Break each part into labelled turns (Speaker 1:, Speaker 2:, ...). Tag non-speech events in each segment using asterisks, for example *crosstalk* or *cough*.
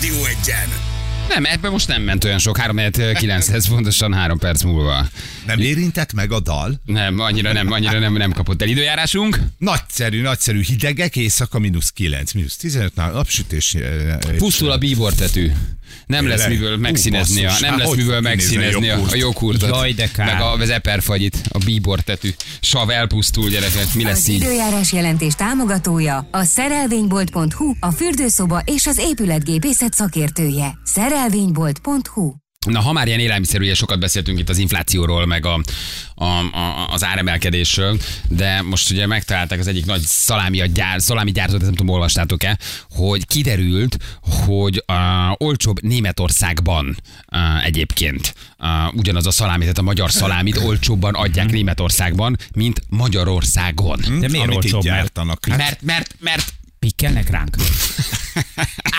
Speaker 1: legyen.
Speaker 2: Nem, ebben most nem ment olyan sok, 3 900 pontosan 3 perc múlva.
Speaker 1: Nem érintett meg a dal?
Speaker 2: Nem, annyira nem, annyira nem, nem kapott el időjárásunk.
Speaker 1: Nagyszerű, nagyszerű hidegek, éjszaka mínusz 9, mínusz 15, nál napsütés. eh, eh,
Speaker 2: Pusztul a bíbortetű. Nem lesz
Speaker 1: Tényleg?
Speaker 2: miből
Speaker 1: Ú,
Speaker 2: megszínezni a,
Speaker 1: basszus,
Speaker 2: nem
Speaker 1: hát
Speaker 2: lesz
Speaker 1: hogy
Speaker 2: miből
Speaker 1: fog kinézni a
Speaker 2: megszínezni a, a
Speaker 1: joghurt?
Speaker 2: joghurtot.
Speaker 3: Jaj, de kár.
Speaker 2: Meg a, az eperfagyit, a bíbortetű. Sav elpusztul, gyerekek, mi lesz
Speaker 4: Az
Speaker 2: így?
Speaker 4: időjárás jelentés támogatója a szerelvénybolt.hu, a fürdőszoba és az épületgépészet szakértője. Szerelvénybolt.hu
Speaker 2: Na, ha már ilyen élelmiszer, ugye sokat beszéltünk itt az inflációról, meg a, a, a, az áremelkedésről, de most ugye megtalálták az egyik nagy szalámi, gyár, szalámi gyártót, ezt nem tudom, olvastátok-e, hogy kiderült, hogy uh, olcsóbb Németországban uh, egyébként uh, ugyanaz a szalámi, tehát a magyar szalámit olcsóbban adják Németországban, mint Magyarországon.
Speaker 3: Mhm. De miért
Speaker 1: amit így
Speaker 3: olcsóbb? Mert
Speaker 1: gyártanak. Hát-
Speaker 2: Mert, mert, mert... *laughs*
Speaker 3: pikkelnek ránk.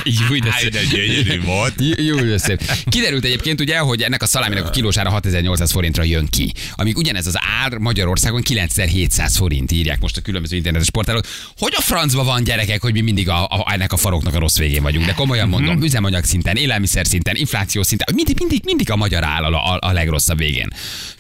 Speaker 2: Jó, de
Speaker 1: Hát, de gyönyörű volt.
Speaker 2: Jó, jó, szép. Kiderült egyébként ugye, hogy ennek a szaláminak a kilósára 6800 forintra jön ki. Amíg ugyanez az ár Magyarországon 9700 forint írják most a különböző internetes portálok. Hogy a francba van gyerekek, hogy mi mindig a, a, ennek a faroknak a rossz végén vagyunk. De komolyan
Speaker 1: Mhm.
Speaker 2: mondom, üzemanyag szinten, élelmiszer szinten, infláció szinten, mindig, mindig, mindig a magyar áll a, a, a legrosszabb végén.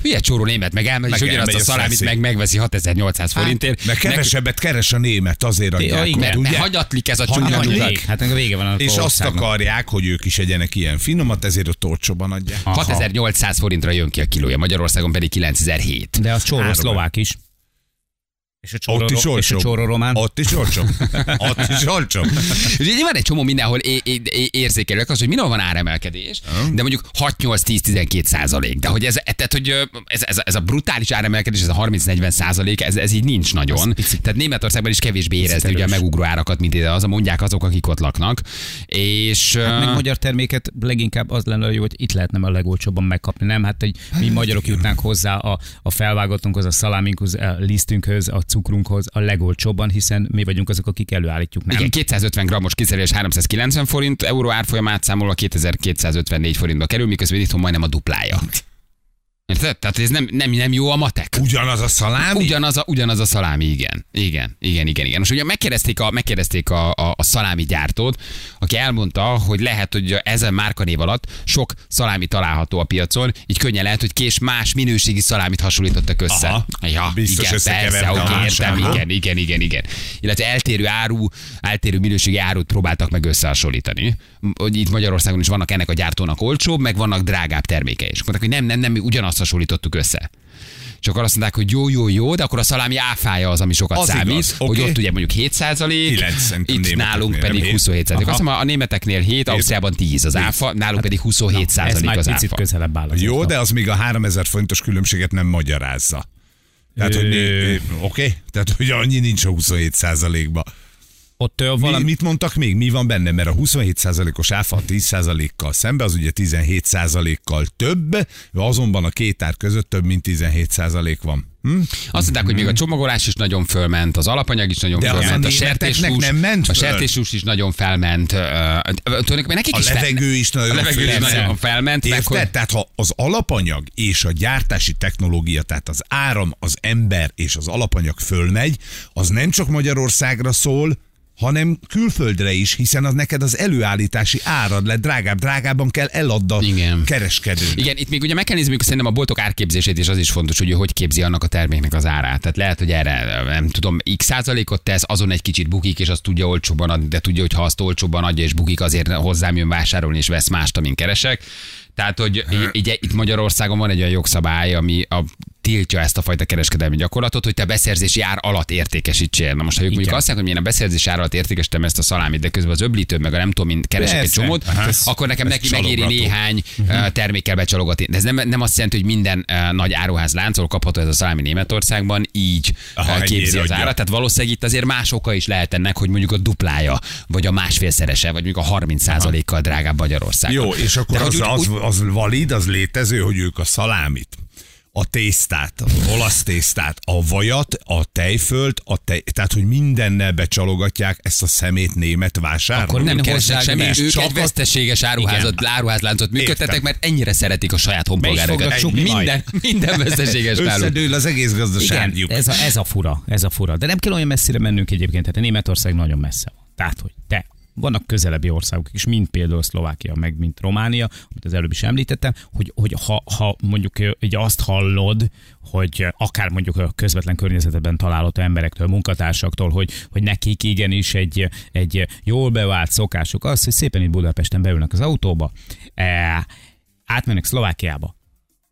Speaker 2: Hülye csóró német meg elmegy, és
Speaker 1: Meg
Speaker 2: ugyanazt a
Speaker 1: elmegy, Hát, azt
Speaker 2: szalámit
Speaker 1: veszi.
Speaker 2: meg megveszi 6800 forintért.
Speaker 1: Mert kevesebbet keres a német, azért adják. oda,
Speaker 3: igen.
Speaker 2: Mert, mert
Speaker 1: ugye?
Speaker 2: hagyatlik ez a csúnya
Speaker 1: Hagyatlik.
Speaker 2: nyugat.
Speaker 3: Hanyag, hát meg a vége van a
Speaker 1: És azt
Speaker 3: országnak.
Speaker 1: akarják, hogy ők is egyenek ilyen finomat, ezért ott olcsóban adják.
Speaker 2: Aha. 6800 forintra jön ki a kilója, Magyarországon pedig 9007.
Speaker 3: De a csóró
Speaker 1: Három.
Speaker 3: szlovák is. És a csóró,
Speaker 1: Ott is
Speaker 3: és a
Speaker 1: olcsóbb.
Speaker 3: csóró román.
Speaker 1: Ott is olcsóbb. Ott is olcsóbb.
Speaker 2: És így van egy csomó mindenhol é- é- é- érzékelőek az, hogy minhol van áremelkedés, de mondjuk 6-8-10-12 százalék. De hogy ez, e- tehát, hogy ö, ez, ez, ez a brutális áremelkedés, ez a 30-40 százalék, ez, ez így nincs nagyon. Tehát Németországban is kevésbé érezni ugye a
Speaker 3: erős.
Speaker 2: megugró árakat, mint ide az, mondják azok, akik ott laknak. És
Speaker 3: Hát meg
Speaker 2: ö,
Speaker 3: magyar terméket leginkább az lenne jó, hogy itt lehetne a legolcsóbban megkapni, nem? Hát, hogy mi magyarok jutnánk hozzá a, a felvágottunkhoz, a szaláminkhoz, a lisztünkhöz, a cukrunkhoz a legolcsóbban, hiszen mi vagyunk azok, akik előállítjuk, nem?
Speaker 2: Igen, 250 grammos kiszerelés 390 forint, euró árfolyamát számolva 2254 forintba kerül, miközben itthon majdnem a duplája. Érted? Tehát ez nem, nem, nem jó a matek.
Speaker 1: Ugyanaz a szalámi?
Speaker 2: Ugyanaz a, ugyanaz a szalámi, igen. Igen, igen, igen, igen. Most ugye megkérdezték a, megkérdezték a, a, a szalámi gyártót, aki elmondta, hogy lehet, hogy ezen márkanév alatt sok szalámi található a piacon, így könnyen lehet, hogy kés más minőségi szalámit hasonlítottak össze.
Speaker 1: Aha.
Speaker 2: ja,
Speaker 1: Biztos
Speaker 2: igen,
Speaker 1: összekeverte
Speaker 2: persze,
Speaker 1: a
Speaker 2: oké, értem,
Speaker 1: másába.
Speaker 2: igen, igen, igen, igen. Illetve eltérő áru, eltérő minőségi árut próbáltak meg összehasonlítani. M- Hogy itt Magyarországon is vannak ennek a gyártónak olcsóbb, meg vannak drágább termékei. És mondták, hogy nem, nem, nem, mi ugyanazt hasonlítottuk össze. És akkor azt mondták, hogy jó, jó, jó, de akkor a szalámi áfája az, ami sokat
Speaker 1: Az
Speaker 2: számít,
Speaker 1: igaz,
Speaker 2: hogy
Speaker 1: oké.
Speaker 2: ott ugye mondjuk 7
Speaker 1: Kilenc szerintem
Speaker 2: itt
Speaker 1: németeknél,
Speaker 2: nálunk
Speaker 1: nem
Speaker 2: pedig
Speaker 1: hét?
Speaker 2: 27 százalék. Azt mondom, a németeknél 7, Ausztriában 10 az
Speaker 1: Hát
Speaker 2: áfa, nálunk pedig 27
Speaker 3: Ez
Speaker 2: százalék
Speaker 3: már
Speaker 2: az
Speaker 3: picit
Speaker 2: áfa.
Speaker 3: közelebb áll. az
Speaker 1: Jó,
Speaker 3: otthoz.
Speaker 1: de az még a 3000 forintos különbséget nem magyarázza. Tehát, hogy
Speaker 3: Ö.
Speaker 1: oké, okay? tehát, hogy annyi nincs a 27 százalékba.
Speaker 3: Ott ö,
Speaker 1: Mi,
Speaker 3: valami...
Speaker 1: mit mondtak még? Mi van benne? Mert a 27 százalékos áfa a 10 százalékkal szembe, az ugye 17 százalékkal több, azonban a két ár között több, mint 17 százalék van. Hm?
Speaker 2: Azt mondták, hogy még a csomagolás is nagyon fölment, az alapanyag is nagyon
Speaker 1: De az
Speaker 2: fölment,
Speaker 1: a
Speaker 2: a
Speaker 1: németeknek
Speaker 2: sertéshús,
Speaker 1: nem ment
Speaker 2: a
Speaker 1: föl.
Speaker 2: sertéshús is nagyon felment. ö, ö, Tulajdonképpen nekik
Speaker 1: A
Speaker 2: is fel-
Speaker 1: levegő is nagyon
Speaker 2: a levegő is
Speaker 1: felment.
Speaker 2: nagyon felment. meg
Speaker 1: Érted?
Speaker 2: hogy-
Speaker 1: Tehát ha az alapanyag és a gyártási technológia, tehát az áram, az ember és az alapanyag fölmegy, az nem csak Magyarországra szól, hanem külföldre is, hiszen az neked az előállítási árad lett drágább, drágában kell eladd a
Speaker 2: Igen.
Speaker 1: kereskedőnek.
Speaker 2: Igen, itt még ugye meg kell nézni, hogy szerintem a boltok árképzését is az is fontos, hogy ő hogy képzi annak a terméknek az árát. Tehát lehet, hogy erre nem tudom, x százalékot tesz, azon egy kicsit bukik, és azt tudja olcsóban adni, de tudja, hogy ha azt olcsóbban adja és bukik, azért hozzám jön vásárolni és vesz mást, amin keresek. Tehát, hogy i- ugye itt Magyarországon van egy olyan jogszabály, ami a tiltja ezt a fajta kereskedelmi gyakorlatot, hogy te beszerzési ár alatt értékesítsél. Na most, ha ők mondjuk azt mondják, hogy én a beszerzési ár alatt értékesítem ezt a szalámit, de közben az öblítő, meg a nem tudom, mint keresek egy
Speaker 1: Persze.
Speaker 2: csomót,
Speaker 1: Aha.
Speaker 2: akkor nekem
Speaker 1: Ez
Speaker 2: neki megéri
Speaker 1: csalogató.
Speaker 2: néhány néhány
Speaker 1: Mhm.
Speaker 2: uh-huh. termékkel becsalogatni. De ez nem, nem azt jelenti, hogy minden uh, nagy áruház láncol kapható ez a szalámi Németországban, így
Speaker 1: Aha,
Speaker 2: uh, képzi
Speaker 1: ennyire
Speaker 2: az
Speaker 1: adja.
Speaker 2: árat. Tehát valószínűleg itt azért más oka is lehet ennek, hogy mondjuk a duplája, vagy a másfélszerese, vagy mondjuk a 30%-kal drágább Magyarország.
Speaker 1: Jó, és akkor
Speaker 2: Hát De hogy
Speaker 1: az,
Speaker 2: úgy-
Speaker 1: az, az valid, az létező, hogy ők a szalámit, a tésztát, az olasz tésztát, a vajat, a tejfölt, a tej, tehát hogy mindennel becsalogatják ezt a szemét német vásárlót.
Speaker 2: Akkor nem keresnek
Speaker 1: hozzák
Speaker 2: semmi,
Speaker 1: be. És
Speaker 2: ők
Speaker 1: csak
Speaker 2: egy
Speaker 1: a-
Speaker 2: veszteséges áruházat, áruházláncot működtetnek,
Speaker 1: Értem.
Speaker 2: mert ennyire szeretik a saját honpolgárokat.
Speaker 3: fognak csukni
Speaker 2: Minden, minden veszteséges náluk.
Speaker 1: Összedől az egész
Speaker 3: Igen,
Speaker 1: gazdaságjuk.
Speaker 3: ez a, ez a fura, ez a fura. De nem kell olyan messzire mennünk egyébként, tehát Németország nagyon messze van. Tehát, hogy te vannak közelebbi országok is, mint például Szlovákia, meg mint Románia, amit az előbb is említettem, hogy, hogy ha, ha mondjuk ö, ugye azt hallod, hogy akár mondjuk a közvetlen környezetben található emberektől, munkatársaktól, hogy, hogy nekik igenis egy, egy jól bevált szokásuk az, hogy szépen itt Budapesten beülnek az autóba, e, átmennek Szlovákiába,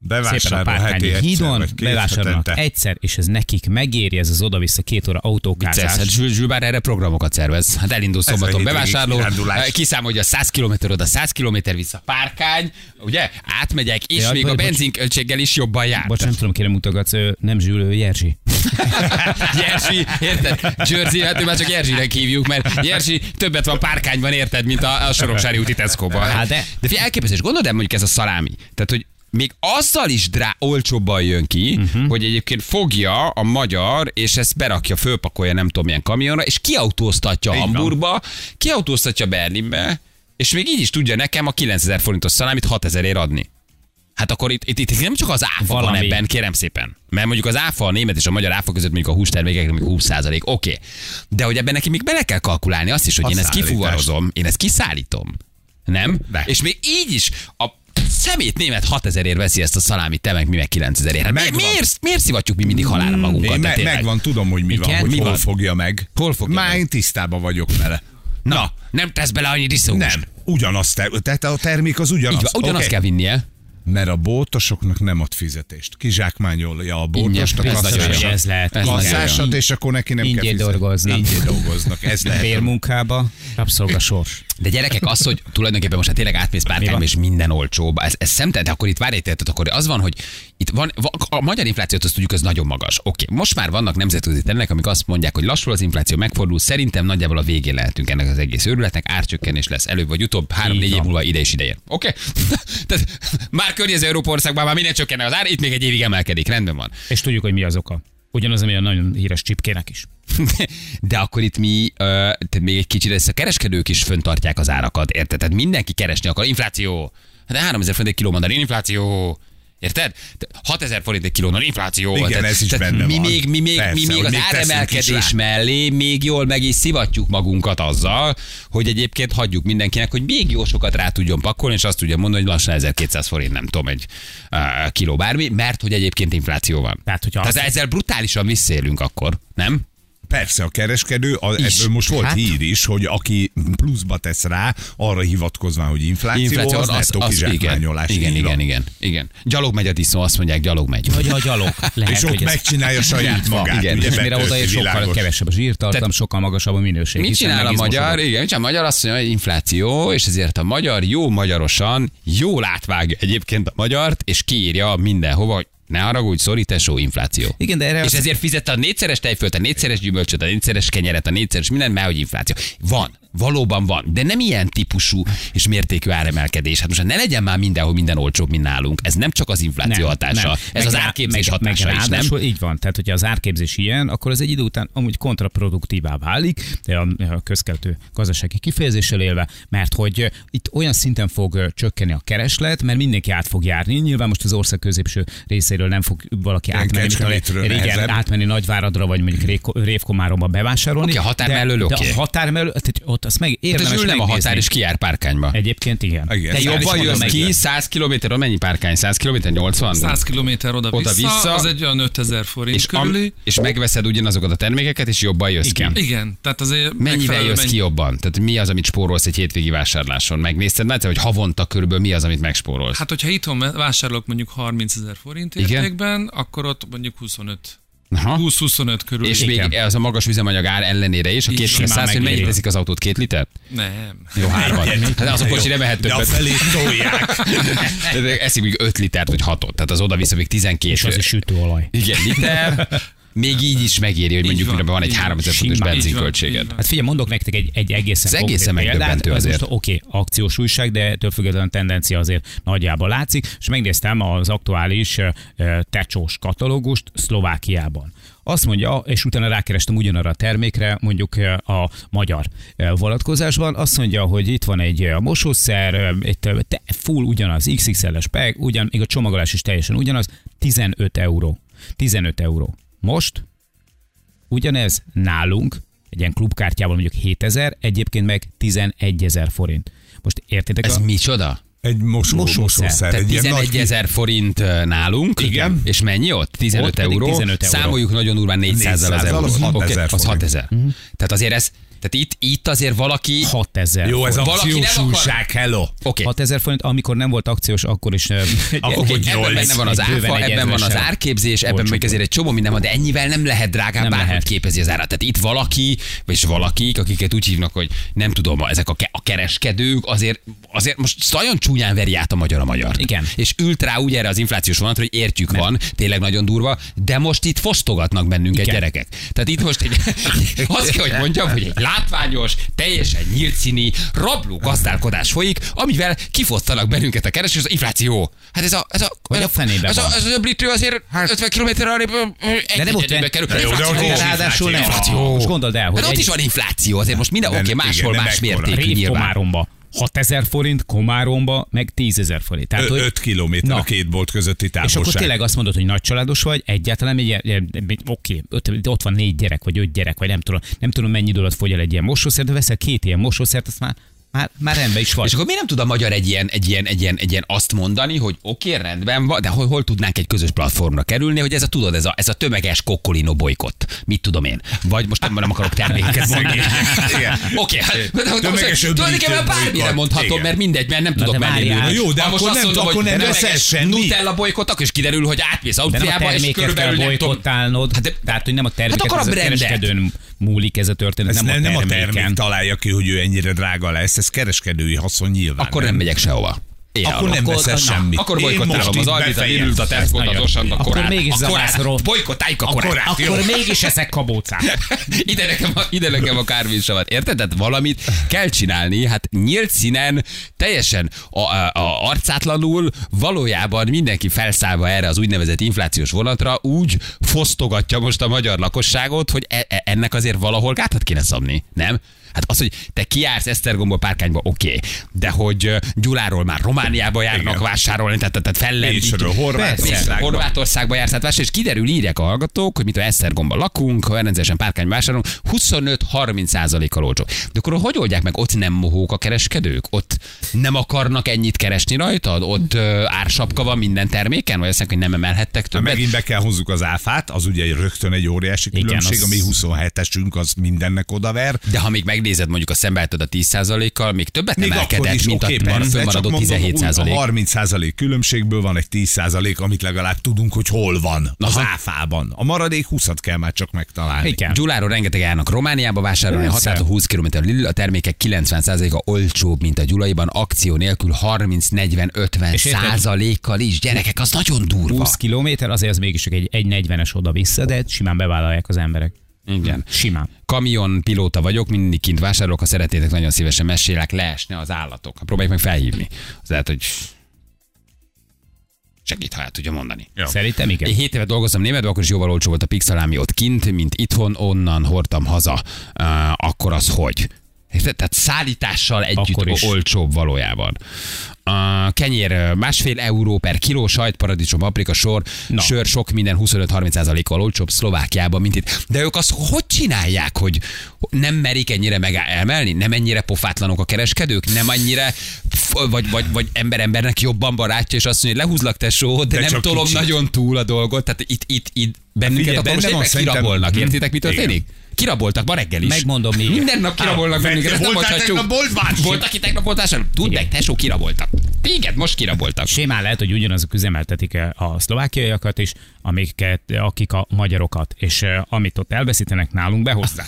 Speaker 3: szépen a
Speaker 1: Bevásárol heti
Speaker 3: Párkányi
Speaker 1: egyszer,
Speaker 3: hídon,
Speaker 1: vagy két
Speaker 3: bevásárolnak
Speaker 1: hetente.
Speaker 3: egyszer, és ez nekik megéri, ez az oda-vissza két óra
Speaker 2: Vicces,
Speaker 3: autókázás.
Speaker 2: hát Zsül, Zsül bár erre programokat szervez. Hát elindul
Speaker 1: a
Speaker 2: szombaton
Speaker 1: hétvégi
Speaker 2: bevásárló,
Speaker 1: kirándulás.
Speaker 2: eh, kiszámolja 100 km oda, 100 km vissza párkány, ugye? Átmegyek, és
Speaker 3: Ja,
Speaker 2: még
Speaker 3: bocs,
Speaker 2: a
Speaker 3: bocs.
Speaker 2: benzinköltséggel is jobban jár.
Speaker 1: Hát
Speaker 3: Bocs, nem tudom, kire mutogatsz, ö, nem Zsül, ő Jerzy.
Speaker 2: Jerzy, érted? Jerzy, hát ő már csak Jerzynek hívjuk, mert Jerzy többet van párkányban, érted, mint a, a Soroksári úti Tesco-ban.
Speaker 3: Hát de-
Speaker 2: de figyelj, elképesztő, és gondolod el mondjuk ez a szalámi? Tehát, hogy még azzal is drá, olcsóbban jön ki, uh-huh.
Speaker 3: Mhm.
Speaker 2: hogy egyébként fogja a magyar, és ezt berakja, fölpakolja nem tudom milyen kamionra, és kiautóztatja Hamburgba, kiautóztatja Berlinbe, és még így is tudja nekem a 9000 forintos szalámit 6000 ér adni. Hát akkor itt, itt, itt nem csak az áfa Valami. van
Speaker 3: Valami.
Speaker 2: ebben, kérem szépen. Mert mondjuk az áfa, a német és a magyar áfa között mondjuk a hústermékekre még 20 oké. Okay. De hogy ebben neki még bele kell kalkulálni azt is, hogy
Speaker 1: A
Speaker 2: én ezt
Speaker 1: szállítást.
Speaker 2: kifuvarozom, én ezt kiszállítom. Nem?
Speaker 1: De.
Speaker 2: És még így is a szemét német 6000 ér veszi ezt a szalámit, te meg mi meg 9000 ér. Hát mi-
Speaker 1: Megvan. Mm,
Speaker 2: miért, miért szivatjuk mi mindig halálra magunkat?
Speaker 1: Én
Speaker 2: de
Speaker 1: me-
Speaker 2: tényleg?
Speaker 1: megvan, tudom, hogy mi van,
Speaker 2: Igen?
Speaker 1: hogy
Speaker 2: Mi
Speaker 1: hol
Speaker 2: van?
Speaker 1: fogja meg.
Speaker 2: Hol fogja
Speaker 1: Már
Speaker 2: meg?
Speaker 1: én tisztában vagyok vele.
Speaker 2: Na, Na, nem tesz bele annyi diszógus.
Speaker 1: Nem, ugyanaz, ter- tehát a termék az ugyanaz.
Speaker 2: Így van, ugyanazt
Speaker 1: Oké.
Speaker 2: kell vinnie.
Speaker 1: Mert a boltosoknak nem ad fizetést. Kizsákmányolja a boltost, a
Speaker 2: Ingyen, ez nagyon
Speaker 1: kasszásat,
Speaker 2: jó.
Speaker 3: Ez lehet.
Speaker 2: Ez nagyon jó.
Speaker 1: kasszásat, és akkor neki nem
Speaker 3: Ingyen
Speaker 1: kell fizetni.
Speaker 3: dolgoznak.
Speaker 1: Ingyen dolgoznak.
Speaker 3: *laughs*
Speaker 1: Ez lehet.
Speaker 3: Bérmunkába, rabszolgasors.
Speaker 2: De gyerekek, az, hogy tulajdonképpen most hát tényleg átmész párkányba,
Speaker 3: van?
Speaker 2: és minden olcsóbb, ez, ez szemtelen, de akkor itt várj, tehát akkor az van, hogy itt van, va- a magyar inflációt azt tudjuk, az nagyon magas. Oké, okay. most már vannak nemzetközi területek, amik azt mondják, hogy lassul az infláció megfordul, szerintem nagyjából a végén lehetünk ennek az egész őrületnek, árcsökkenés lesz előbb vagy utóbb, három-négy
Speaker 3: Így
Speaker 2: év
Speaker 3: van.
Speaker 2: múlva ide is ideér. Oké? *laughs* Okay? tehát már környező Európa országban már minden csökken az ár, itt még egy évig emelkedik, rendben van.
Speaker 3: És tudjuk, hogy mi az oka. Ugyanaz, ami a nagyon híres csipkének is.
Speaker 2: *laughs* De akkor itt mi, ö, tehát még egy kicsit ezt a kereskedők is föntartják az árakat, érted? Tehát mindenki keresni akar. Infláció! Hát De 3000 forint egy kiló mandarin, infláció! Érted? Te- 6000 forint egy kilónal infláció.
Speaker 1: Igen,
Speaker 2: tehát,
Speaker 1: ez is
Speaker 2: tehát
Speaker 1: benne
Speaker 2: mi
Speaker 1: van.
Speaker 2: Még, mi még, mi
Speaker 1: Persze,
Speaker 2: még
Speaker 1: hogy
Speaker 2: az
Speaker 1: még teszünk is
Speaker 2: áremelkedés
Speaker 1: rá.
Speaker 2: mellé még jól meg is szivatjuk magunkat azzal, hogy egyébként hagyjuk mindenkinek, hogy még jó sokat rá tudjon pakolni, és azt tudja mondani, hogy lassan 1200 forint, nem tudom, egy uh, kiló bármi, mert hogy egyébként infláció van.
Speaker 3: Tehát, hogyha
Speaker 2: Tehát
Speaker 3: azt-
Speaker 2: ezzel brutálisan visszélünk akkor, nem?
Speaker 1: Persze, a kereskedő, a,
Speaker 2: Is.
Speaker 1: ebből most volt
Speaker 2: Hát.
Speaker 1: hát. hír is, hogy aki pluszba tesz rá, arra hivatkozva, hogy
Speaker 2: Hát
Speaker 1: infláció, infláció az, az nettó
Speaker 2: igen,
Speaker 1: kizsákmányolás.
Speaker 2: igen,
Speaker 1: így van.
Speaker 2: igen, igen, igen. Gyalog megy a disznó, azt mondják, gyalog megy.
Speaker 3: Vagy a gyalog.
Speaker 1: *laughs*
Speaker 3: Lehet,
Speaker 1: És ott
Speaker 3: hogy ez-
Speaker 1: megcsinálja saját
Speaker 2: van,
Speaker 1: magát.
Speaker 2: igen.
Speaker 1: ugye,
Speaker 3: És mire
Speaker 1: betölti
Speaker 3: oda és sokkal
Speaker 1: világos.
Speaker 3: kevesebb a zsírtartam, sokkal magasabb a minőség.
Speaker 2: Mit
Speaker 3: hiszen
Speaker 2: csinál a
Speaker 3: megizmosodott.
Speaker 2: magyar? Igen, mit csinál a magyar? Azt mondja, hogy infláció, és ezért a magyar jó magyarosan, jól átvágja egyébként a magyart, és kiírja mindenhova, hogy ne haragudj, sorry, tesó, infláció.
Speaker 3: Igen, de erre
Speaker 2: És
Speaker 3: azt-
Speaker 2: ezért fizet a négyszeres tejfölt, a négyszeres gyümölcsöt, a négyszeres kenyeret, a négyszeres mindent, mert hogy infláció. Van, valóban van, de nem ilyen típusú és mértékű áremelkedés. Hát most ne legyen már mindenhol minden olcsóbb, mint nálunk. Ez nem csak az infláció hatása, ez
Speaker 3: Meg
Speaker 2: az
Speaker 3: rá-
Speaker 2: árképzés
Speaker 3: meg,
Speaker 2: hatása
Speaker 3: meg
Speaker 2: is, nem?
Speaker 3: ráadásul Így van, tehát hogyha az árképzés ilyen, akkor az egy idő után amúgy kontraproduktívá válik, de a, a közkeltő gazdasági kifejezéssel élve, mert hogy ö, itt olyan szinten fog ö, csökkenni a kereslet, mert mindenki át fog járni. Nyilván most az ország középső részéről nem fog valaki
Speaker 1: Igen,
Speaker 3: átmenni, mint
Speaker 1: Kecskemétről
Speaker 3: a,
Speaker 1: nehezebb.
Speaker 3: régen, átmenni Nagyváradra, vagy mondjuk Réko- Révkomáromba bevásárolni.
Speaker 2: Oké, a határ
Speaker 3: de-
Speaker 2: mellől
Speaker 3: de
Speaker 2: oké.
Speaker 3: A határ mellől, tehát ott azt meg
Speaker 2: Hát ez
Speaker 3: érdemes
Speaker 2: ül nem a
Speaker 3: megnézni.
Speaker 2: határ, és kiár párkányba.
Speaker 3: Egyébként igen.
Speaker 1: Igen. Ezt el
Speaker 2: De
Speaker 1: is
Speaker 2: jobban
Speaker 1: mondom
Speaker 2: jössz ki,
Speaker 1: egyben.
Speaker 2: 100 kilométerről mennyi párkány? 100 kilométer, 80?
Speaker 5: 100 km oda-vissza,
Speaker 2: Oda-vissza.
Speaker 5: az egy olyan 5000 forint
Speaker 2: és,
Speaker 5: és körüli.
Speaker 2: am, és megveszed ugyanazokat a termékeket, és jobban jössz ki.
Speaker 5: Igen, tehát azért
Speaker 2: Mennyivel
Speaker 5: megfelelő
Speaker 2: jössz
Speaker 5: mennyi-
Speaker 2: ki jobban? Tehát mi az, amit spórolsz egy hétvégi vásárláson? Megnézted már, hogy havonta körülbelül mi az, amit megspórolsz?
Speaker 5: Hát, hogyha itthon vásárolok mondjuk 30 ezer forint
Speaker 2: Igen.
Speaker 5: értékben, akkor ott mondjuk 25.
Speaker 2: Aha.
Speaker 5: 20-25 körül.
Speaker 2: És még
Speaker 3: Igen.
Speaker 2: ez a magas üzemanyag ár ellenére is, a két
Speaker 5: Így
Speaker 2: liter
Speaker 5: simán
Speaker 2: száz, hogy mennyit
Speaker 3: megéri.
Speaker 2: teszik az autót, két liter?
Speaker 5: Nem.
Speaker 2: Jó, hárman. Hát az a kocsi nem ehet
Speaker 1: De a
Speaker 2: többet.
Speaker 1: felé tolják.
Speaker 2: *laughs* Tehát Eszik még 5 litert, vagy 6-ot, tehát az oda-vissza még 12.
Speaker 3: És az is sütőolaj.
Speaker 2: Igen, liter. Még így is megéri, hogy mondjuk
Speaker 5: van,
Speaker 2: van, van egy
Speaker 5: így van.
Speaker 2: 3000 forintos
Speaker 3: Simán.
Speaker 5: Így van,
Speaker 2: benzinköltséged.
Speaker 5: így van.
Speaker 3: Hát figyelj, mondok nektek egy, egy egészen
Speaker 2: Ez
Speaker 3: konkrét
Speaker 2: egészen
Speaker 3: példát.
Speaker 2: megdöbbentő
Speaker 3: Ez
Speaker 2: azért.
Speaker 3: Most, oké, akciós újság, de ettől függetlenül tendencia azért nagyjából látszik, és megnéztem az aktuális ö, ö, tecsós katalógust Szlovákiában. Azt mondja, és utána rákerestem ugyanarra a termékre, mondjuk ö, a magyar ö, vonatkozásban, azt mondja, hogy itt van egy ö, mosószer, ö, egy ö, te- full ugyanaz, XXL-es peg, E ugyan, még a csomagolás is teljesen ugyanaz, 15 euró. 15 euró. Most Ugyanez nálunk egy ilyen klubkártyával mondjuk 7000, egyébként meg 11 ezer forint. Most értitek?
Speaker 2: Ez
Speaker 3: a...
Speaker 2: micsoda?
Speaker 1: Egy mosó, mosószer. mosószer.
Speaker 2: Tehát
Speaker 1: Egy ilyen
Speaker 2: 11
Speaker 1: nagy
Speaker 2: ezer forint ö, nálunk.
Speaker 1: Igen.
Speaker 2: És mennyi ott? 15
Speaker 3: Ott pedig
Speaker 2: euró.
Speaker 3: 15 euró.
Speaker 2: Számoljuk nagyon durván 400 az
Speaker 1: 400-zal,
Speaker 2: euró.
Speaker 1: az 6000
Speaker 2: az
Speaker 1: forint.
Speaker 2: 6 ezer. Tehát azért ez, tehát itt, itt azért valaki...
Speaker 3: 6000
Speaker 1: Jó, ez
Speaker 2: Valaki nem
Speaker 1: akciós
Speaker 2: akar-
Speaker 1: újság, hello.
Speaker 2: Oké,
Speaker 3: 6000 forint, amikor nem volt akciós, akkor is... ö,
Speaker 1: Akkor
Speaker 2: Oké,
Speaker 1: hogy
Speaker 2: ebben
Speaker 1: nyolc.
Speaker 2: benne van az
Speaker 3: Egy bőven
Speaker 2: áfa,
Speaker 3: egy
Speaker 2: ebben van az
Speaker 3: ezressel.
Speaker 2: árképzés, ebben még
Speaker 3: Olcsóbb.
Speaker 2: azért egy csomó minden van, de ennyivel nem lehet drágább
Speaker 3: Nem
Speaker 2: bárhogy
Speaker 3: lehet.
Speaker 2: képezi az árat. Tehát itt valaki, és valakik, akiket úgy hívnak, hogy nem tudom, ezek a, ke- a kereskedők, azért, azért most nagyon csúnyán veri át a magyar a magyar.
Speaker 3: Igen.
Speaker 2: És ült rá úgy erre az inflációs vonatra, hogy értjük van, tényleg nagyon durva, de most itt fosztogatnak bennünket
Speaker 3: Igen.
Speaker 2: gyerekek. Tehát itt most egy,
Speaker 3: *laughs*
Speaker 2: azt kell, hogy mondjam, hogy egy látványos, teljesen nyílt színi, rabló gazdálkodás folyik, amivel kifosztanak bennünket a keresés, az infláció. Hát ez a, ez a,
Speaker 3: Hogy a fenébe
Speaker 2: ez a,
Speaker 3: van. Hát-
Speaker 2: ez a öblítő azért 50 km arrébb ö, ö, egy
Speaker 3: nem ott
Speaker 2: negyedébe
Speaker 3: van.
Speaker 2: kerül.
Speaker 1: De jó, de
Speaker 2: Infláció.
Speaker 1: akkor is
Speaker 3: Ráadásul nem.
Speaker 2: Infláció.
Speaker 3: Most gondold el, hogy
Speaker 2: Hát ott
Speaker 3: egy-
Speaker 2: is van infláció, azért most minden, oké,
Speaker 1: igen,
Speaker 2: máshol
Speaker 1: nem
Speaker 2: más
Speaker 1: ekkora.
Speaker 2: mértékű
Speaker 3: Rév
Speaker 2: nyilván.
Speaker 3: Komáromba 6000 forint, Komáromba meg 10.000 forint. Tehát,
Speaker 1: Ö-
Speaker 3: Hát, hogy-
Speaker 1: Öt kilométer a
Speaker 3: Na.
Speaker 1: két bolt közötti
Speaker 3: És
Speaker 1: távolság.
Speaker 3: akkor tényleg azt mondod, hogy nagy családos vagy, egyáltalán egy ilyen, ilyen- egy- oké, öt, ott van négy gyerek, vagy öt gyerek, vagy nem tudom, nem tudom mennyi időt fogy el egy ilyen mosószer, de veszel két ilyen mosószert, azt már, már, már rendben is vagy.
Speaker 2: És akkor miért nem tud a magyar egy ilyen, egy ilyen, egy ilyen, egy ilyen azt mondani, hogy oké, okay, rendben van, de hol, hol tudnánk egy közös platformra kerülni, hogy ez a, tudod, ez a, ez a tömeges kokkolino bolykott. Mit tudom én? Vagy most nem, nem akarok termékeket mondani.
Speaker 1: Hát, Igen.
Speaker 2: Oké, hát
Speaker 1: Tömeges öblítő
Speaker 2: tulajdonképpen bármire
Speaker 1: bolykott.
Speaker 2: mondhatom,
Speaker 1: Igen.
Speaker 2: mert mindegy, mert nem tudok
Speaker 3: de
Speaker 2: menni.
Speaker 3: várjál.
Speaker 1: Na jó, de
Speaker 2: Ha most
Speaker 1: akkor
Speaker 2: azt
Speaker 1: nem-
Speaker 2: mondom,
Speaker 1: akkor
Speaker 2: hogy
Speaker 1: nem
Speaker 2: tömeges
Speaker 1: veszel semmit.
Speaker 2: Nutella bolykott, akkor is kiderül, hogy átmész
Speaker 3: De nem a
Speaker 2: Ausztriába, és
Speaker 3: terméket kell
Speaker 2: körülbelül nem tudom.
Speaker 3: bolykotálnod,
Speaker 2: Hát
Speaker 3: hát
Speaker 2: de-
Speaker 3: tehát hogy nem a terméket,
Speaker 2: akkor a
Speaker 3: ez
Speaker 2: brandet.
Speaker 3: kereskedőn múlik ez a történet,
Speaker 1: Ez
Speaker 3: nem,
Speaker 1: nem, nem a
Speaker 3: terméken.
Speaker 1: termék találja ki, hogy ő ennyire drága lesz, ez kereskedői haszon nyilván.
Speaker 2: Akkor nem megyek sehova. Én
Speaker 1: Akkor
Speaker 2: arról.
Speaker 1: nem veszel
Speaker 2: na,
Speaker 1: semmit.
Speaker 2: Akkor
Speaker 1: Én most
Speaker 2: bolykottálom az
Speaker 1: itt
Speaker 2: Albit, a
Speaker 1: befejezem.
Speaker 2: Lidl-t, a Tesco-t, az
Speaker 3: Nagyon.
Speaker 2: Osant, a
Speaker 3: Akkor
Speaker 2: korát.
Speaker 3: mégis
Speaker 2: A
Speaker 3: zavász,
Speaker 2: korát.
Speaker 3: Rob.
Speaker 2: Bolykottáljuk a korát.
Speaker 1: korát.
Speaker 3: Akkor mégis eszek kabócát.
Speaker 2: *laughs* ide nekem a, ide nekem a kárvinsavat. Érted? Tehát valamit kell csinálni, hát nyílt színen, teljesen a, a, a arcátlanul, valójában mindenki felszállva erre az úgynevezett inflációs vonatra, úgy fosztogatja most a magyar lakosságot, hogy e, e, ennek azért valahol gátat kéne szabni, nem? Hát az, hogy te kiársz Esztergomba párkányba, oké, okay. de hogy ö, Gyuláról már Romániába járnak Igen.
Speaker 1: Igen.
Speaker 2: vásárolni, tehát, tehát fellendítő.
Speaker 1: Pécsről, Horvátországba.
Speaker 2: Persze, Horvátországba jársz, hát vásárolni, és kiderül, írják a hallgatók, hogy mit a Esztergomba lakunk, ha rendszeresen párkányba vásárolunk, 25-30%-kal olcsó. De akkor hogy oldják meg? Ott nem mohók a kereskedők? Ott nem akarnak ennyit keresni rajtad? Ott ö, ársapka van minden terméken? Vagy azt mondják, hogy nem emelhettek
Speaker 1: Ha
Speaker 2: többet?
Speaker 1: Hát megint be kell hozzuk az áfát, az ugye rögtön egy óriási
Speaker 3: Igen,
Speaker 1: különbség,
Speaker 3: az-
Speaker 1: ami 27-esünk, az mindennek odaver.
Speaker 2: De ha még megnézed mondjuk a szembeálltad a 10%-kal, még többet
Speaker 1: Még akkor
Speaker 2: emelkedett,
Speaker 1: is,
Speaker 2: mint
Speaker 1: oké,
Speaker 2: a mar-
Speaker 1: persze, csak
Speaker 2: fönnmaradó
Speaker 1: mondom,
Speaker 2: 17
Speaker 1: úgy A 30 százalék különbségből van egy 10 százalék, amit legalább tudunk, hogy hol van az
Speaker 2: Aha.
Speaker 1: áfában. A maradék 20-at kell már csak megtalálni.
Speaker 3: Igen.
Speaker 2: Gyuláról rengeteg járnak Romániába vásárolni, a
Speaker 3: Persze.
Speaker 2: határtól 20 km Lidl, a termékek 90%-a olcsóbb, mint a gyulaiban, akció nélkül 30-40-50
Speaker 3: És érted?
Speaker 2: százalékkal is. Gyerekek, az nagyon durva.
Speaker 3: 20 kilométer, azért az mégis csak egy, egy 40-es oda-vissza, de simán bevállalják az emberek.
Speaker 2: Igen.
Speaker 3: Simán.
Speaker 2: Kamion pilóta vagyok, mindig kint vásárolok, ha szeretnétek, nagyon szívesen mesélek, leesne az állatok. Ha Próbáljuk meg felhívni. Az lehet, hogy segít, ha el tudja mondani.
Speaker 3: Szerintem igen.
Speaker 2: Én 7 éve dolgoztam Németben, akkor is jóval olcsó volt a pixelámi ott kint, mint itthon, onnan hordtam haza. Uh, akkor az hogy? Érted? Tehát szállítással együtt
Speaker 3: Akkor is.
Speaker 2: olcsóbb valójában. A kenyér ö, másfél euró per kiló, sajt, paradicsom, paprika, sor, Na.
Speaker 3: Na.
Speaker 2: sör, sok minden 25-30%-kal olcsóbb Szlovákiában, mint itt. De ők azt hogy csinálják, hogy nem merik ennyire meg emelni? Nem ennyire pofátlanok a kereskedők? Nem annyira, f- vagy, vagy, vagy ember-embernek jobban barátja, és azt mondja, hogy lehúzlak tesó, de, de
Speaker 1: De
Speaker 2: nem
Speaker 1: csak
Speaker 2: tolom
Speaker 1: kicsit.
Speaker 2: nagyon túl a dolgot. Tehát itt, itt, itt
Speaker 1: Figyelj,
Speaker 2: bennünket Figyelj, akkor
Speaker 1: benne
Speaker 2: most
Speaker 1: van
Speaker 2: éppen
Speaker 1: szerintem-
Speaker 2: kirabolnak.
Speaker 1: Mhm.
Speaker 2: Értitek, mi történik? Kiraboltak ma reggel is.
Speaker 3: Megmondom, mi-
Speaker 2: Minden nap kirabolnak
Speaker 1: Á,
Speaker 2: bennünket. ezt nem
Speaker 1: voltál
Speaker 2: mondhatjuk.
Speaker 1: tegnap boltvásáron?
Speaker 2: Volt, aki tegnap volt vásárolni? Tudd meg, tesó, kiraboltak. Téged most kiraboltak.
Speaker 3: Simán lehet, hogy ugyanazok üzemeltetik a szlovákiaiakat is, amiket, akik a magyarokat, és eh, amit ott elveszítenek, nálunk behozzák.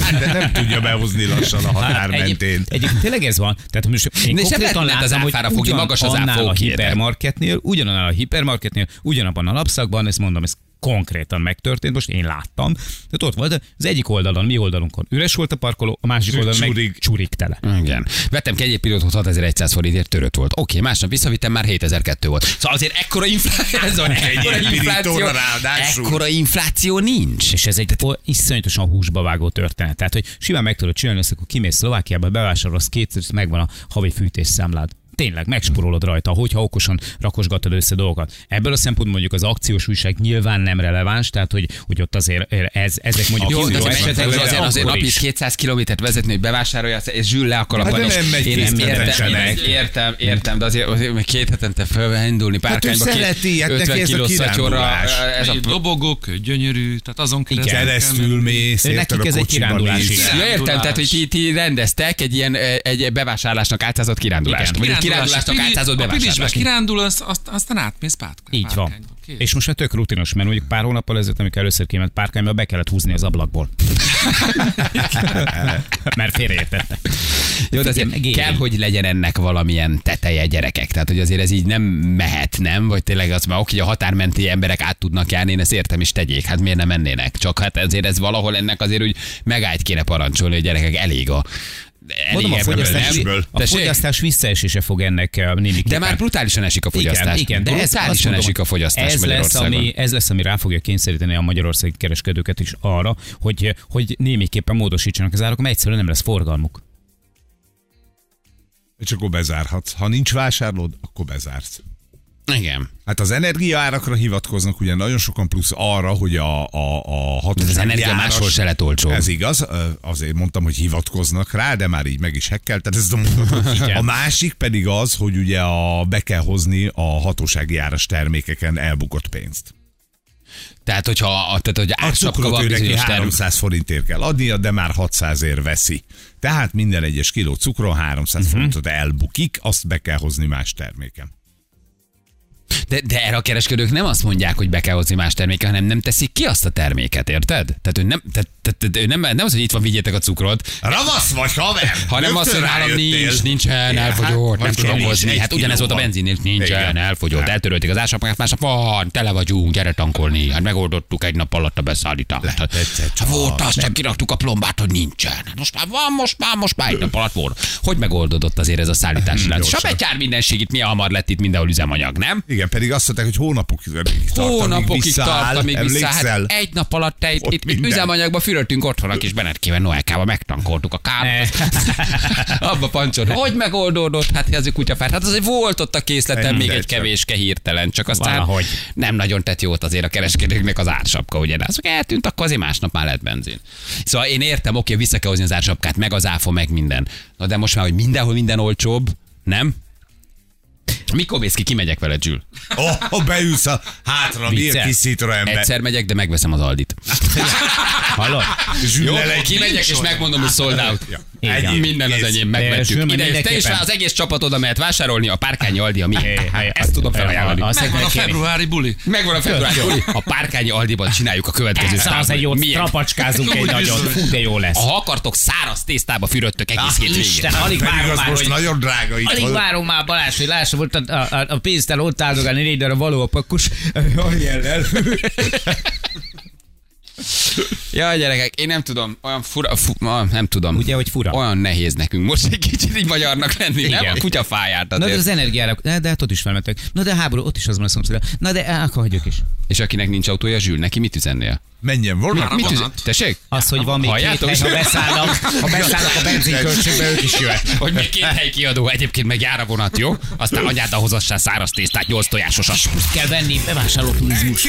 Speaker 1: Hát, de nem tudja behozni lassan a határ mentén.
Speaker 3: Egyébként Hát, egyébként tényleg ez van. Tehát most én
Speaker 2: Ne, sem
Speaker 3: konkrétan
Speaker 2: lehet, az
Speaker 3: látom, hogy
Speaker 2: áfára fogni, magas az
Speaker 3: ugyanannál a
Speaker 2: áfókéde.
Speaker 3: hipermarketnél, ugyanannál a hipermarketnél, ugyanabban a lapszakban, ezt mondom, ez konkrétan megtörtént, most én láttam. Tehát ott volt, az egyik oldalon, mi oldalunkon üres volt a parkoló, a másik oldalon meg
Speaker 1: Csurig.
Speaker 3: csurig tele.
Speaker 2: Igen. Vettem ki egy pilótot 6100 forintért törött volt. Oké, másnap visszavittem, már 7002 volt. Szóval azért ekkora *laughs* infláció, ez van, ekkora
Speaker 1: Egy
Speaker 2: infláció,
Speaker 1: pirítóra ráadásul.
Speaker 2: ekkora infláció nincs.
Speaker 3: És ez egy o- iszonyatosan húsba vágó történet. Tehát, hogy simán meg tudod csinálni, azt akkor kimész Szlovákiába, bevásárolsz kétszer, és megvan a havi fűtésszámlád. tényleg megspórolod rajta, hogyha okosan rakosgatod össze dolgokat. Ebből a szempontból mondjuk az akciós újság nyilván nem releváns, tehát hogy, hogy ott azért ez, ezek mondjuk
Speaker 2: Jó, de
Speaker 3: kiinduló
Speaker 2: azért,
Speaker 3: esetek,
Speaker 2: azért,
Speaker 3: de
Speaker 2: azért, azért
Speaker 3: akkor
Speaker 2: napi
Speaker 3: is.
Speaker 2: 200 kilométert vezetni, hogy bevásárolja, és zsűl le a kalapon.
Speaker 1: Hát de nem megy
Speaker 2: én ezt
Speaker 1: tíz percen
Speaker 2: értem,
Speaker 1: sem
Speaker 2: én
Speaker 1: meg.
Speaker 2: ezt értem, értem, de azért, azért még két hetente fölindulni párkányba,
Speaker 1: ő szereti, hát neki ez a kirándulás.
Speaker 2: ez a
Speaker 5: dobogok, gyönyörű, tehát azon keresztül. kell
Speaker 1: Keresztül
Speaker 5: menni.
Speaker 1: mész,
Speaker 3: Nekik
Speaker 1: érted, a
Speaker 3: ez egy
Speaker 1: kocsiban
Speaker 3: kirándulás
Speaker 1: is.
Speaker 3: is.
Speaker 2: Ja, értem,
Speaker 5: Kirándulás.
Speaker 2: tehát hogy ti, ti rendeztek egy ilyen eh, egy bevásárlásnak átszázott kirándulást. Igen, vagy egy kirándulásnak
Speaker 5: Pilis-
Speaker 2: átszázott
Speaker 5: A pilisbe
Speaker 2: bevásárlást.
Speaker 5: kirándulsz, azt, aztán átmész pátkányba.
Speaker 3: Így van. Hát, És most már tök rutinos, mert mondjuk pár hónappal ezelőtt, amikor először kiment párkányba, be kellett húzni az
Speaker 2: *laughs*
Speaker 3: ablakból. mert félreértette.
Speaker 2: Jó, de
Speaker 3: Figyelj,
Speaker 2: azért
Speaker 3: Géri.
Speaker 2: kell, hogy legyen ennek valamilyen teteje gyerekek. Tehát, hogy azért ez így nem mehet, nem? Vagy tényleg az már oké, hogy a határmenti emberek át tudnak járni, én ezt értem is tegyék. Hát miért nem mennének? Csak hát azért ez valahol ennek azért úgy megállt kéne parancsolni, hogy gyerekek elég a... Elég
Speaker 3: Mondom, a
Speaker 2: ebből,
Speaker 3: fogyasztás,
Speaker 2: nem?
Speaker 3: a
Speaker 2: Tessék?
Speaker 3: fogyasztás visszaesése fog ennek eh, némiképpen.
Speaker 2: De már brutálisan esik a fogyasztás.
Speaker 3: Igen, igen de ez
Speaker 2: brutálisan
Speaker 3: azt mondom,
Speaker 2: esik a fogyasztás
Speaker 3: ez lesz,
Speaker 2: Magyarországon.
Speaker 3: ami, ez lesz, ami rá fogja kényszeríteni a magyarországi kereskedőket is arra, hogy, hogy némiképpen módosítsanak az árakon, mert egyszerűen nem lesz forgalmuk.
Speaker 1: És akkor bezárhatsz. Ha nincs vásárlód, akkor bezársz.
Speaker 2: Igen.
Speaker 1: Hát az energiaárakra hivatkoznak ugye nagyon sokan, plusz arra, hogy a, a, a
Speaker 2: De
Speaker 1: hatósági
Speaker 2: az energia
Speaker 1: áras-
Speaker 2: máshol se lett olcsó.
Speaker 1: Ez igaz, ö, azért mondtam, hogy hivatkoznak rá, de már így meg is hekkel. Tehát ez
Speaker 2: *laughs*
Speaker 1: a, a másik pedig az, hogy ugye a, be kell hozni a hatósági áras termékeken elbukott pénzt.
Speaker 2: Tehát, hogyha a, tehát, hogy
Speaker 1: A
Speaker 2: ársapka
Speaker 1: cukrot
Speaker 2: van
Speaker 1: ő neki
Speaker 2: Hát bizonyos term...
Speaker 1: 300 forintért kell adnia, de már 600ért veszi. Tehát minden egyes kiló cukron 300
Speaker 2: Mhm.
Speaker 1: forintot elbukik, azt be kell hozni más terméken.
Speaker 2: De, de erre a kereskedők nem azt mondják, hogy be kell hozni más terméket, hanem nem teszik ki azt a terméket, érted? Tehát ő nem, tehát, tehát, tehát ő nem, nem az, hogy itt van, vigyétek a cukrot,
Speaker 1: Ravasz vagy, haver!
Speaker 2: hanem
Speaker 1: Rögtön
Speaker 2: azt, hogy nálam
Speaker 1: rájöttél.
Speaker 2: nincs, nincsen,
Speaker 1: Ja,
Speaker 2: elfogyó,
Speaker 1: hát,
Speaker 2: nem
Speaker 1: vagy
Speaker 2: tudom
Speaker 1: kevés,
Speaker 2: hozni.
Speaker 1: egy
Speaker 2: Hát ugyanez volt a
Speaker 1: kilóval.
Speaker 2: benzinnél, nincsen,
Speaker 1: Igen. Hát.
Speaker 2: elfogyott, eltörölték az ásapkát, másnap van, tele vagyunk, gyere tankolni. Hát megoldottuk egy nap alatt a beszállítást. Hát,
Speaker 1: egyszer csak.
Speaker 2: volt az, csak kiraktuk a plombát, hogy nincsen. Hát Most már van, most már, most már egy nap alatt volt. Hogy megoldódott azért ez a szállítási lánc?
Speaker 1: Gyorsan.
Speaker 2: Sabetyár mindenség itt, mi a hamar lett itt mindenhol üzemanyag, nem?
Speaker 1: Igen, pedig azt mondták, hogy hónapokig tart, amíg
Speaker 2: Hónapokig
Speaker 1: visszaáll.
Speaker 2: tart, amíg visszaáll.
Speaker 1: Emlékszel?
Speaker 2: Hát egy nap alatt te itt,
Speaker 1: Ott
Speaker 2: itt, itt
Speaker 1: minden.
Speaker 2: üzemanyagba fürödtünk otthon a kis Benetkében, Noelkába megtankoltuk a kárt. *laughs* Abba pancsol. Hogy megoldódott? Hát ez a kutyafárt. Hát azért volt ott a készleten, még
Speaker 1: Mindegy
Speaker 2: egy
Speaker 1: csak.
Speaker 2: kevéske hirtelen, csak aztán
Speaker 3: Valahogy.
Speaker 2: nem nagyon tett jót azért a kereskedőknek az ársapka, ugye? De azok eltűnt, akkor azért másnap már lett benzin. Szóval én értem, oké, vissza kell hozni az ársapkát, meg az áfa, meg minden. Na de most már, hogy mindenhol minden olcsóbb, nem? Mikor mész ki, kimegyek vele, Jules?
Speaker 1: Ó, oh, beülsz a hátra, miért
Speaker 3: Vicces.
Speaker 1: kis citrombe?
Speaker 2: Egyszer megyek, de megveszem az
Speaker 1: *laughs*
Speaker 2: Aldit.
Speaker 3: Hallod?
Speaker 2: Jó,
Speaker 1: Zsüllel egy
Speaker 2: kimegyek és megmondom, hogy sold out.
Speaker 1: Ja.
Speaker 2: Ennyi. Minden az
Speaker 1: Kész.
Speaker 2: enyém,
Speaker 3: Teljesül
Speaker 2: megvettük. Ide jössz te is
Speaker 3: mindenképpen.
Speaker 2: már az egész csapat oda mehet vásárolni, a párkány Aldi a mi. Hát Ezt tudom felajánlani.
Speaker 3: Azt
Speaker 5: Megvan a
Speaker 3: meg kell kérni.
Speaker 5: februári buli.
Speaker 2: Megvan a február.
Speaker 3: Tök jó.
Speaker 2: Júli. A párkányi Aldiban csináljuk a következő
Speaker 3: Persze, az
Speaker 2: számot.
Speaker 3: egy jó
Speaker 2: Milyen?
Speaker 3: trapacskázunk
Speaker 5: Úgy
Speaker 3: egy nagyon.
Speaker 5: bizony.
Speaker 3: Fú, de jó lesz.
Speaker 2: Ha akartok, száraz tésztába fürödtök egész hétvégén.
Speaker 3: Isten, alig
Speaker 1: Pedig
Speaker 3: várom
Speaker 1: az
Speaker 3: már,
Speaker 1: most
Speaker 3: hogy
Speaker 1: nagyon drága itt.
Speaker 3: Alig
Speaker 1: van.
Speaker 3: várom már Balázs, hogy lássa, volt a, a, a, a pénztár ott áldogál négy darab való a pakus. Ariellel.
Speaker 2: Ja, gyerekek, én nem tudom, olyan fura, fu, ah, nem tudom.
Speaker 3: Ugye, hogy fura?
Speaker 2: Olyan nehéz nekünk most egy kicsit így magyarnak lenni, nem?
Speaker 3: Igen.
Speaker 2: A kutya fájárt
Speaker 3: Na de
Speaker 2: azért.
Speaker 3: az energiára, de, de hát ott is felmentek. Na de a háború, ott is az van a szomszéd. Na de á, akkor hagyjuk is.
Speaker 2: És akinek nincs autója, Zsül, neki mit üzennél?
Speaker 1: Menjen volna.
Speaker 2: Mit
Speaker 5: Mit
Speaker 2: üzen... Tessék?
Speaker 3: Az, hogy van még két
Speaker 2: Halljátok?
Speaker 3: hely, ha beszállnak, ha beszállnak a benzinköltségbe, ők is jöhet.
Speaker 2: Hogy még két hely kiadó, egyébként meg jár a vonat, jó? Aztán anyád hozassál száraz tésztát, nyolc tojásosas.
Speaker 3: Kell venni bevásárló turizmus.